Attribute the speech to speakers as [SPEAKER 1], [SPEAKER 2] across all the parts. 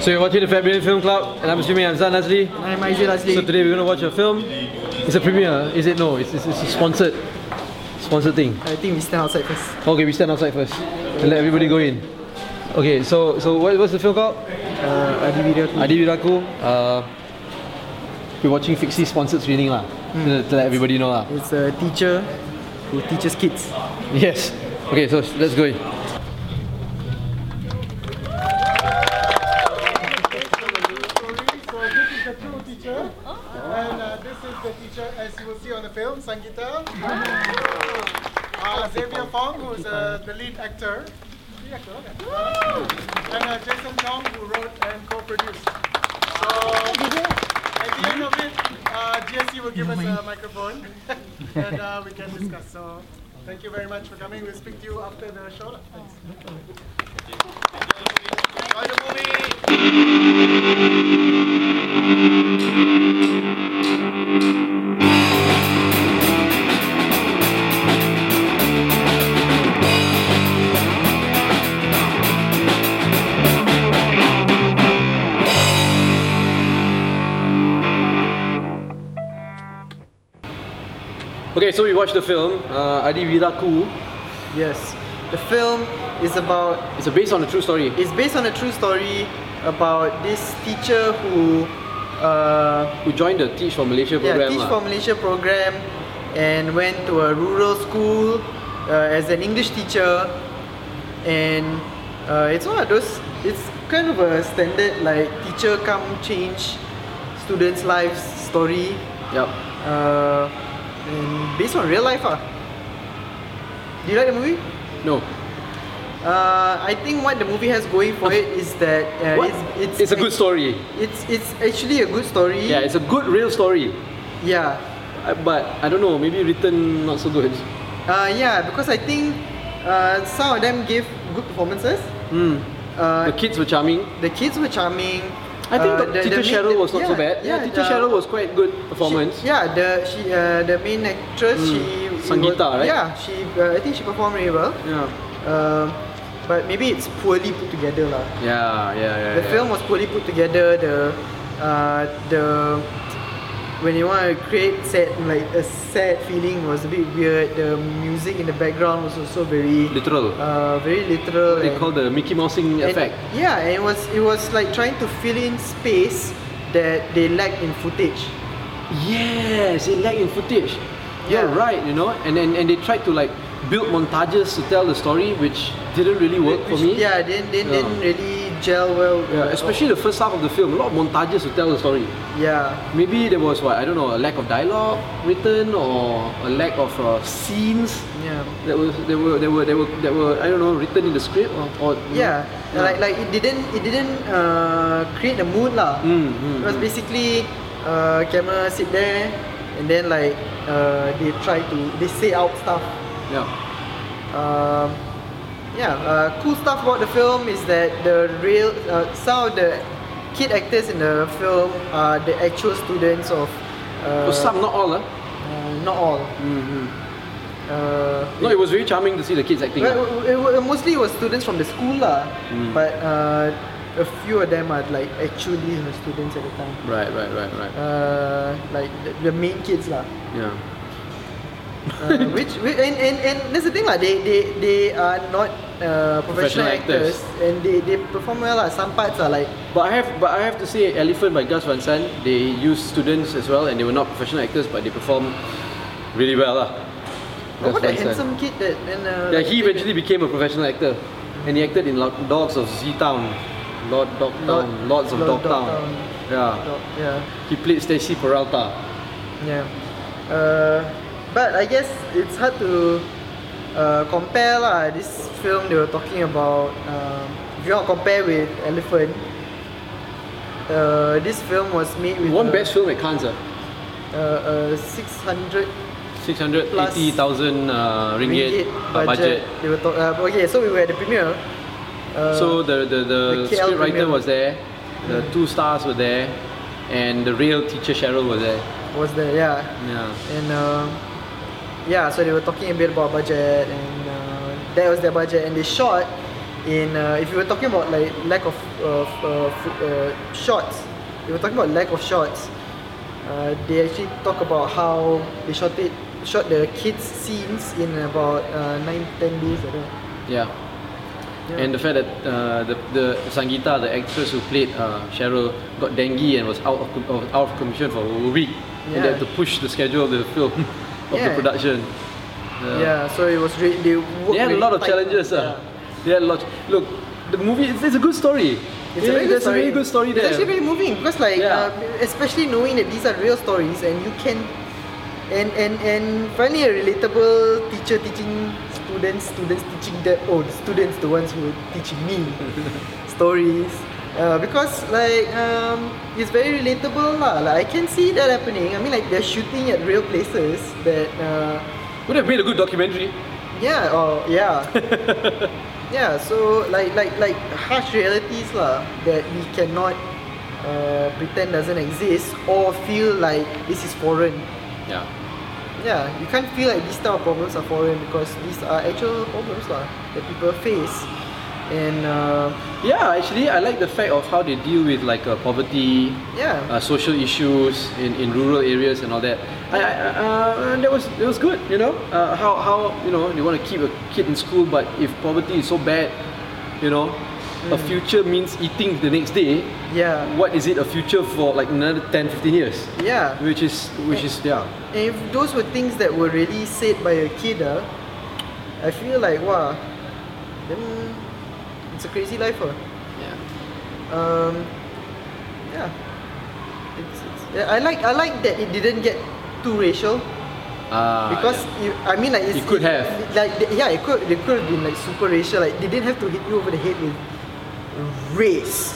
[SPEAKER 1] So you're watching the February Film Club, and I'm assuming I'm Zan Nazri.
[SPEAKER 2] I'm Aizil
[SPEAKER 1] So
[SPEAKER 2] Azli.
[SPEAKER 1] today we're gonna watch a film. It's a premiere, is it? No, it's, it's, it's a sponsored, sponsored thing.
[SPEAKER 2] I think we stand outside first.
[SPEAKER 1] Okay, we stand outside first and let everybody go in. Okay, so so what, what's the film called?
[SPEAKER 2] Uh, Adi Video tu.
[SPEAKER 1] Adi Viraku. Uh, we're watching Fixie sponsored screening lah. To, to let everybody know lah.
[SPEAKER 2] It's a teacher who teaches kids.
[SPEAKER 1] Yes. Okay, so let's go in.
[SPEAKER 3] So this is the true teacher, and uh, this is the teacher as you will see on the film, Sangeeta. Uh, Xavier Fong, who is uh, the lead actor, The actor, okay. and uh, Jason Chong, who wrote and co-produced. So at the end of it, uh, GSC will give us a microphone, and uh, we can discuss. So thank you very much for coming. We'll speak to you after the show. lah. Thanks. Enjoy the movie.
[SPEAKER 1] Okay, so we watched the film uh, Adi Viraku.
[SPEAKER 2] Yes. The film is about
[SPEAKER 1] It's based on a true story.
[SPEAKER 2] it's based on a true story about this teacher who uh,
[SPEAKER 1] Who joined the Teach for Malaysia
[SPEAKER 2] yeah,
[SPEAKER 1] program?
[SPEAKER 2] Teach
[SPEAKER 1] lah.
[SPEAKER 2] for Malaysia program and went to a rural school uh, as an English teacher and uh, it's one of those it's kind of a standard like teacher come change students lives story
[SPEAKER 1] Yup.
[SPEAKER 2] uh, and based on real life ah. Do you like the movie?
[SPEAKER 1] No.
[SPEAKER 2] Uh, I think what the movie has going for it is that uh,
[SPEAKER 1] What?
[SPEAKER 2] it's, it's
[SPEAKER 1] It's a good story.
[SPEAKER 2] It's it's actually a good story.
[SPEAKER 1] Yeah, it's a good real story.
[SPEAKER 2] yeah.
[SPEAKER 1] Uh, But I don't know, maybe written not so good.
[SPEAKER 2] Uh, yeah, because I think uh, some of them gave good performances.
[SPEAKER 1] Hmm.
[SPEAKER 2] Uh,
[SPEAKER 1] The kids were charming.
[SPEAKER 2] the kids were charming.
[SPEAKER 1] I think
[SPEAKER 2] Uh,
[SPEAKER 1] the, teacher
[SPEAKER 2] main-
[SPEAKER 1] Cheryl
[SPEAKER 2] the-
[SPEAKER 1] was not so
[SPEAKER 2] yeah,
[SPEAKER 1] bad. Yeah, teacher
[SPEAKER 2] the-
[SPEAKER 1] Cheryl was quite good performance.
[SPEAKER 2] She, yeah, the she uh, the main actress
[SPEAKER 1] Mm,
[SPEAKER 2] she
[SPEAKER 1] Sangeeta,
[SPEAKER 2] was-
[SPEAKER 1] right?
[SPEAKER 2] Yeah, she uh, I think she performed really well.
[SPEAKER 1] yeah,
[SPEAKER 2] Uh, but maybe it's poorly put together lah.
[SPEAKER 1] yeah, yeah. yeah
[SPEAKER 2] The
[SPEAKER 1] yeah.
[SPEAKER 2] film was poorly put together. The uh, the when you want to create sad like a sad feeling was a bit weird. The music in the background was also very
[SPEAKER 1] literal.
[SPEAKER 2] uh, very literal.
[SPEAKER 1] they
[SPEAKER 2] and-
[SPEAKER 1] call the Mickey Mousing
[SPEAKER 2] and-
[SPEAKER 1] effect.
[SPEAKER 2] Yeah, and it was it was like trying to fill in space that they lacked in footage.
[SPEAKER 1] Yes, it lacked in footage. You're
[SPEAKER 2] Yeah.
[SPEAKER 1] right, you know, and, and and they tried to like build montages to tell the story, which didn't really work for
[SPEAKER 2] Which-
[SPEAKER 1] me.
[SPEAKER 2] Yeah, they, they
[SPEAKER 1] Yeah.
[SPEAKER 2] didn't really gel well.
[SPEAKER 1] Yeah, especially the first half of the film, a lot of montages to tell the story.
[SPEAKER 2] Yeah,
[SPEAKER 1] Maybe there was what I don't know, a lack of dialogue written or a lack of uh, scenes
[SPEAKER 2] yeah.
[SPEAKER 1] that was that were that were that were that were I don't know written in the script or, or
[SPEAKER 2] Yeah, like like it didn't it didn't uh, create the mood lah.
[SPEAKER 1] Mm, mm,
[SPEAKER 2] it was
[SPEAKER 1] mm.
[SPEAKER 2] basically uh, camera sit there and then like uh, they try to they say out stuff.
[SPEAKER 1] yeah,
[SPEAKER 2] Um, yeah, uh, cool stuff about the film is that the real uh, some of the kid actors in the film are the actual students of. Uh,
[SPEAKER 1] Well, Oh, some not all, huh?
[SPEAKER 2] Uh, not all.
[SPEAKER 1] hmm
[SPEAKER 2] Uh,
[SPEAKER 1] No, it was very charming to see the kids acting.
[SPEAKER 2] Well, it, wa- it, wa- mostly it was students from the school lah, but uh, a few of them are like actually her students at the time.
[SPEAKER 1] Right, right, right, right.
[SPEAKER 2] Uh, like the, the main kids lah.
[SPEAKER 1] Yeah.
[SPEAKER 2] Uh, which, which and, and, and that's the thing lah. They they, they are not uh,
[SPEAKER 1] Professional
[SPEAKER 2] professional,
[SPEAKER 1] actors.
[SPEAKER 2] actors. and they, they perform well lah. Some parts are like
[SPEAKER 1] But I have but I have to say Elephant by Gus Van Sant, they used students as well and they were not professional actors but they performed really well. lah.
[SPEAKER 2] oh,
[SPEAKER 1] Gus
[SPEAKER 2] what
[SPEAKER 1] Van
[SPEAKER 2] that
[SPEAKER 1] Sant.
[SPEAKER 2] handsome kid that and uh,
[SPEAKER 1] Yeah, he eventually became a professional actor. And he acted in Lo- Dogs of Z Town. Lord Dog
[SPEAKER 2] Lord-
[SPEAKER 1] Town. Lords of
[SPEAKER 2] Lord
[SPEAKER 1] Dog Town.
[SPEAKER 2] Dogtown.
[SPEAKER 1] Yeah.
[SPEAKER 2] yeah.
[SPEAKER 1] He played Stacy Peralta.
[SPEAKER 2] Yeah. Uh, but I guess it's hard to uh, compare lah. This film they were talking about. Um, if you want to compare with Elephant, uh, this film was made with
[SPEAKER 1] One
[SPEAKER 2] a,
[SPEAKER 1] best film at Cannes. ah.
[SPEAKER 2] uh, uh, 600
[SPEAKER 1] 680,000 uh, ringgit,
[SPEAKER 2] ringgit
[SPEAKER 1] uh, budget.
[SPEAKER 2] They were talk- uh, okay, so we were at the premiere. Uh,
[SPEAKER 1] So the the, the,
[SPEAKER 2] the KL
[SPEAKER 1] scriptwriter
[SPEAKER 2] premium.
[SPEAKER 1] was there, the two stars were there, and the real teacher Cheryl was there.
[SPEAKER 2] was there, yeah.
[SPEAKER 1] Yeah.
[SPEAKER 2] And um, yeah, so they were talking a bit about budget, and uh, that was their budget, and they shot in uh, if you were talking about like lack of of uh, f- uh, shots, if you were talking about lack of shots. Uh, they actually talk about how they shot it, shot the kids scenes in about uh, nine ten days or that.
[SPEAKER 1] Yeah. And the fact that uh, the, the Sangeeta, the actress who played uh, Cheryl, got dengue and was out of, com- of- out of commission for a week. And they had
[SPEAKER 2] Yeah.
[SPEAKER 1] to push the schedule of the film, of the
[SPEAKER 2] Yeah.
[SPEAKER 1] production.
[SPEAKER 2] Yeah, so it was really they worked
[SPEAKER 1] They had a
[SPEAKER 2] really
[SPEAKER 1] lot of
[SPEAKER 2] tight.
[SPEAKER 1] challenges. Uh.
[SPEAKER 2] Yeah.
[SPEAKER 1] They had a lot. Look, the movie, it's, it's a good story.
[SPEAKER 2] It's a very good
[SPEAKER 1] There's a
[SPEAKER 2] story.
[SPEAKER 1] really good story
[SPEAKER 2] It's
[SPEAKER 1] there.
[SPEAKER 2] actually very moving because, like,
[SPEAKER 1] Yeah.
[SPEAKER 2] uh, especially knowing that these are real stories and you can, and and and finally a relatable teacher teaching students, students teaching their own students, the ones who are teaching me stories. Uh, because like um, it's very relatable lah. Like I can see that happening. I mean like they're shooting at real places that uh,
[SPEAKER 1] Would have made a good documentary.
[SPEAKER 2] yeah or yeah yeah so like like like harsh realities lah that we cannot uh, pretend doesn't exist or feel like this is foreign
[SPEAKER 1] Yeah.
[SPEAKER 2] yeah you can't feel like these type of problems are foreign because these are actual problems lah that people face and uh,
[SPEAKER 1] Yeah, actually, I like the fact of how they deal with like uh, poverty,
[SPEAKER 2] yeah
[SPEAKER 1] uh, social issues in, in rural areas and all that. I, I, uh, that was that was good, you know. Uh, how how you know they want to keep a kid in school, but if poverty is so bad, you know, a future means eating the next day.
[SPEAKER 2] yeah
[SPEAKER 1] What is it a future for like another 10, 15 years?
[SPEAKER 2] yeah
[SPEAKER 1] Which is which is yeah.
[SPEAKER 2] And if those were things that were really said by a kid, ah, I feel like wow, then it's a crazy life, ah.
[SPEAKER 1] Yeah.
[SPEAKER 2] Um, yeah. It's, it's, yeah, I like I like that it didn't get too racial
[SPEAKER 1] Uh,
[SPEAKER 2] because you, I mean like it's,
[SPEAKER 1] It could have.
[SPEAKER 2] like the- yeah it could it could have been like super racial like they didn't have to hit you over the head with race.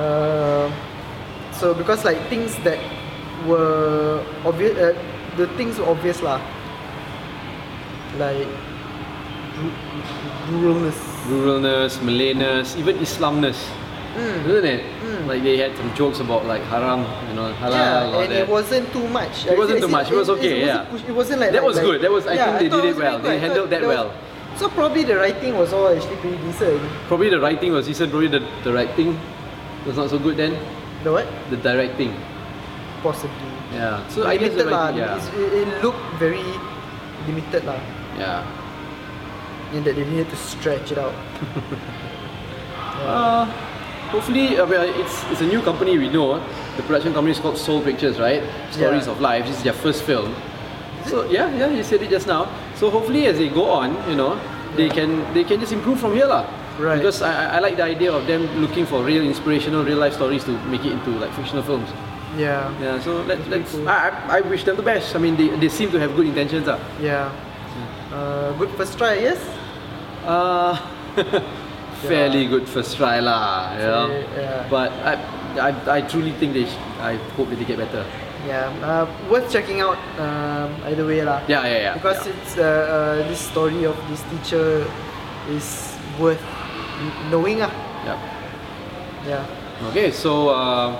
[SPEAKER 2] Uh, so because like things that were obvious uh, the things were obvious lah like ru- ruralness
[SPEAKER 1] ruralness, Malayness, even Islamness, isn't it? Like they had some jokes about like haram, you know, halal,
[SPEAKER 2] Yeah,
[SPEAKER 1] all Ah,
[SPEAKER 2] and
[SPEAKER 1] that.
[SPEAKER 2] it wasn't too much.
[SPEAKER 1] It wasn't
[SPEAKER 2] It's-
[SPEAKER 1] too much. It was okay, yeah.
[SPEAKER 2] It wasn't, push- it wasn't like
[SPEAKER 1] That
[SPEAKER 2] like-
[SPEAKER 1] was
[SPEAKER 2] like-
[SPEAKER 1] good. That was- I think they did
[SPEAKER 2] thought it
[SPEAKER 1] it
[SPEAKER 2] was
[SPEAKER 1] well.
[SPEAKER 2] pretty
[SPEAKER 1] They
[SPEAKER 2] good. I
[SPEAKER 1] handled
[SPEAKER 2] thought
[SPEAKER 1] that well.
[SPEAKER 2] was- so probably the writing was all actually pretty decent.
[SPEAKER 1] Probably the writing was decent. Probably the directing was not so good then.
[SPEAKER 2] The what?
[SPEAKER 1] The directing,
[SPEAKER 2] Possibly.
[SPEAKER 1] yeah. So I guess the
[SPEAKER 2] limited lah.
[SPEAKER 1] writing,
[SPEAKER 2] It's-
[SPEAKER 1] yeah,
[SPEAKER 2] It, it looked very limited lah.
[SPEAKER 1] yeah.
[SPEAKER 2] In that they needed to stretch it out.
[SPEAKER 1] Uh, hopefully, uh, well, it's it's a new company we know. eh. The production company is called Soul Pictures, right? Stories
[SPEAKER 2] Yeah.
[SPEAKER 1] of Life. This is their first film. So yeah, yeah, you said it just now. So hopefully, as they go on, you know, they can they can just improve from here, lah.
[SPEAKER 2] Right.
[SPEAKER 1] Because I, I- I like the idea of them looking for real inspirational, real life stories to make it into like fictional films.
[SPEAKER 2] Yeah.
[SPEAKER 1] Yeah. So let,
[SPEAKER 2] That's pretty
[SPEAKER 1] let's.
[SPEAKER 2] cool.
[SPEAKER 1] I, I I wish them the best. I mean, they, they seem to have good intentions, ah.
[SPEAKER 2] Yeah. Uh, good first try, yes.
[SPEAKER 1] Uh, fairly good first try lah, you know.
[SPEAKER 2] Yeah.
[SPEAKER 1] But I, I, I truly think they. Sh- I hope that they get better.
[SPEAKER 2] Yeah. Uh, worth checking out. Um, either way lah.
[SPEAKER 1] Yeah, yeah, yeah.
[SPEAKER 2] because
[SPEAKER 1] yeah.
[SPEAKER 2] it's uh, uh, this story of this teacher is worth n- knowing ah
[SPEAKER 1] yeah.
[SPEAKER 2] yeah
[SPEAKER 1] Okay, so uh,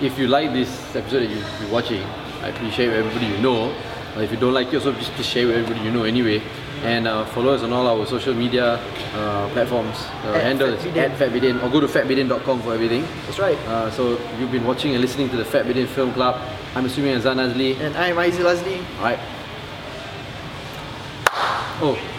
[SPEAKER 1] if you like this episode that you, you're watching, I please share with everybody you know. Uh, if you don't like it, also just please share with everybody you know anyway. And uh, follow us on all our social media uh, platforms. Uh,
[SPEAKER 2] At
[SPEAKER 1] handle is
[SPEAKER 2] Fatbidin.
[SPEAKER 1] at fatbidin or go to fatbidin.com for everything.
[SPEAKER 2] that's right
[SPEAKER 1] Uh, so you've been watching and listening to the Fat Bidin Film Club. I'm assuming Azan Azli.
[SPEAKER 2] and I'm Aizil Azli
[SPEAKER 1] Alright. Oh,